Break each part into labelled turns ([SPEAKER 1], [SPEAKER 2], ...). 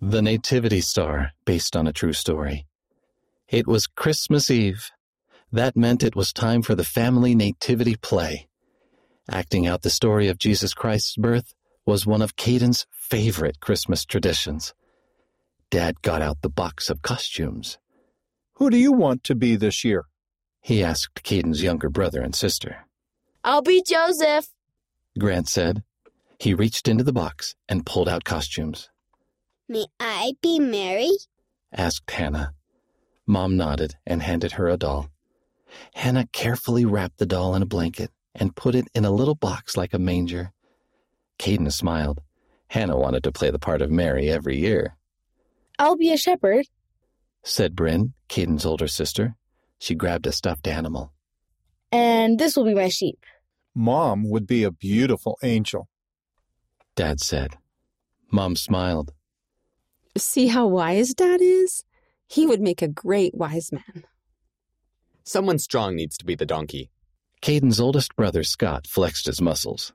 [SPEAKER 1] The Nativity Star, based on a true story. It was Christmas Eve. That meant it was time for the family nativity play. Acting out the story of Jesus Christ's birth was one of Caden's favorite Christmas traditions. Dad got out the box of costumes.
[SPEAKER 2] Who do you want to be this year?
[SPEAKER 1] He asked Caden's younger brother and sister.
[SPEAKER 3] I'll be Joseph,
[SPEAKER 1] Grant said. He reached into the box and pulled out costumes,
[SPEAKER 4] May I be Mary?
[SPEAKER 1] asked Hannah. Mom nodded and handed her a doll. Hannah carefully wrapped the doll in a blanket and put it in a little box like a manger. Caden smiled. Hannah wanted to play the part of Mary every year.
[SPEAKER 3] I'll be a shepherd,
[SPEAKER 1] Said Bryn, Caden's older sister. She grabbed a stuffed animal.
[SPEAKER 3] and this will be my sheep.
[SPEAKER 2] Mom would be a beautiful angel.
[SPEAKER 1] Dad said. Mom smiled.
[SPEAKER 5] See how wise Dad is? He would make a great wise man.
[SPEAKER 6] Someone strong needs to be the donkey.
[SPEAKER 1] Caden's oldest brother, Scott, flexed his muscles.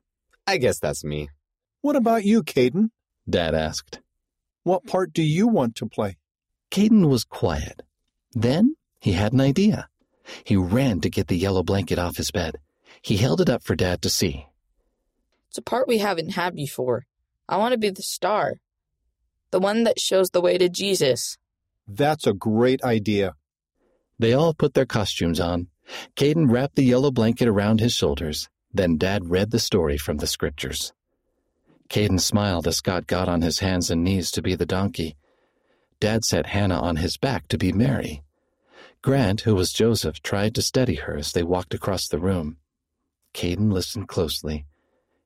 [SPEAKER 6] I guess that's me.
[SPEAKER 2] What about you, Caden?
[SPEAKER 1] Dad asked.
[SPEAKER 2] What part do you want to play?
[SPEAKER 1] Caden was quiet. Then he had an idea. He ran to get the yellow blanket off his bed. He held it up for Dad to see.
[SPEAKER 7] It's a part we haven't had before. I want to be the star, the one that shows the way to Jesus.
[SPEAKER 2] That's a great idea.
[SPEAKER 1] They all put their costumes on. Caden wrapped the yellow blanket around his shoulders. Then Dad read the story from the scriptures. Caden smiled as Scott got on his hands and knees to be the donkey. Dad set Hannah on his back to be Mary. Grant, who was Joseph, tried to steady her as they walked across the room. Caden listened closely.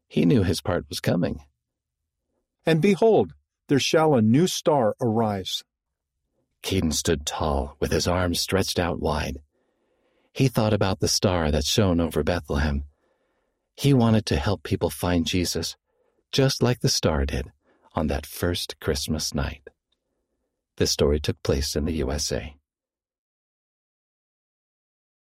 [SPEAKER 1] He knew his part was coming.
[SPEAKER 2] And behold, there shall a new star arise.
[SPEAKER 1] Caden stood tall, with his arms stretched out wide. He thought about the star that shone over Bethlehem. He wanted to help people find Jesus, just like the star did on that first Christmas night. This story took place in the USA.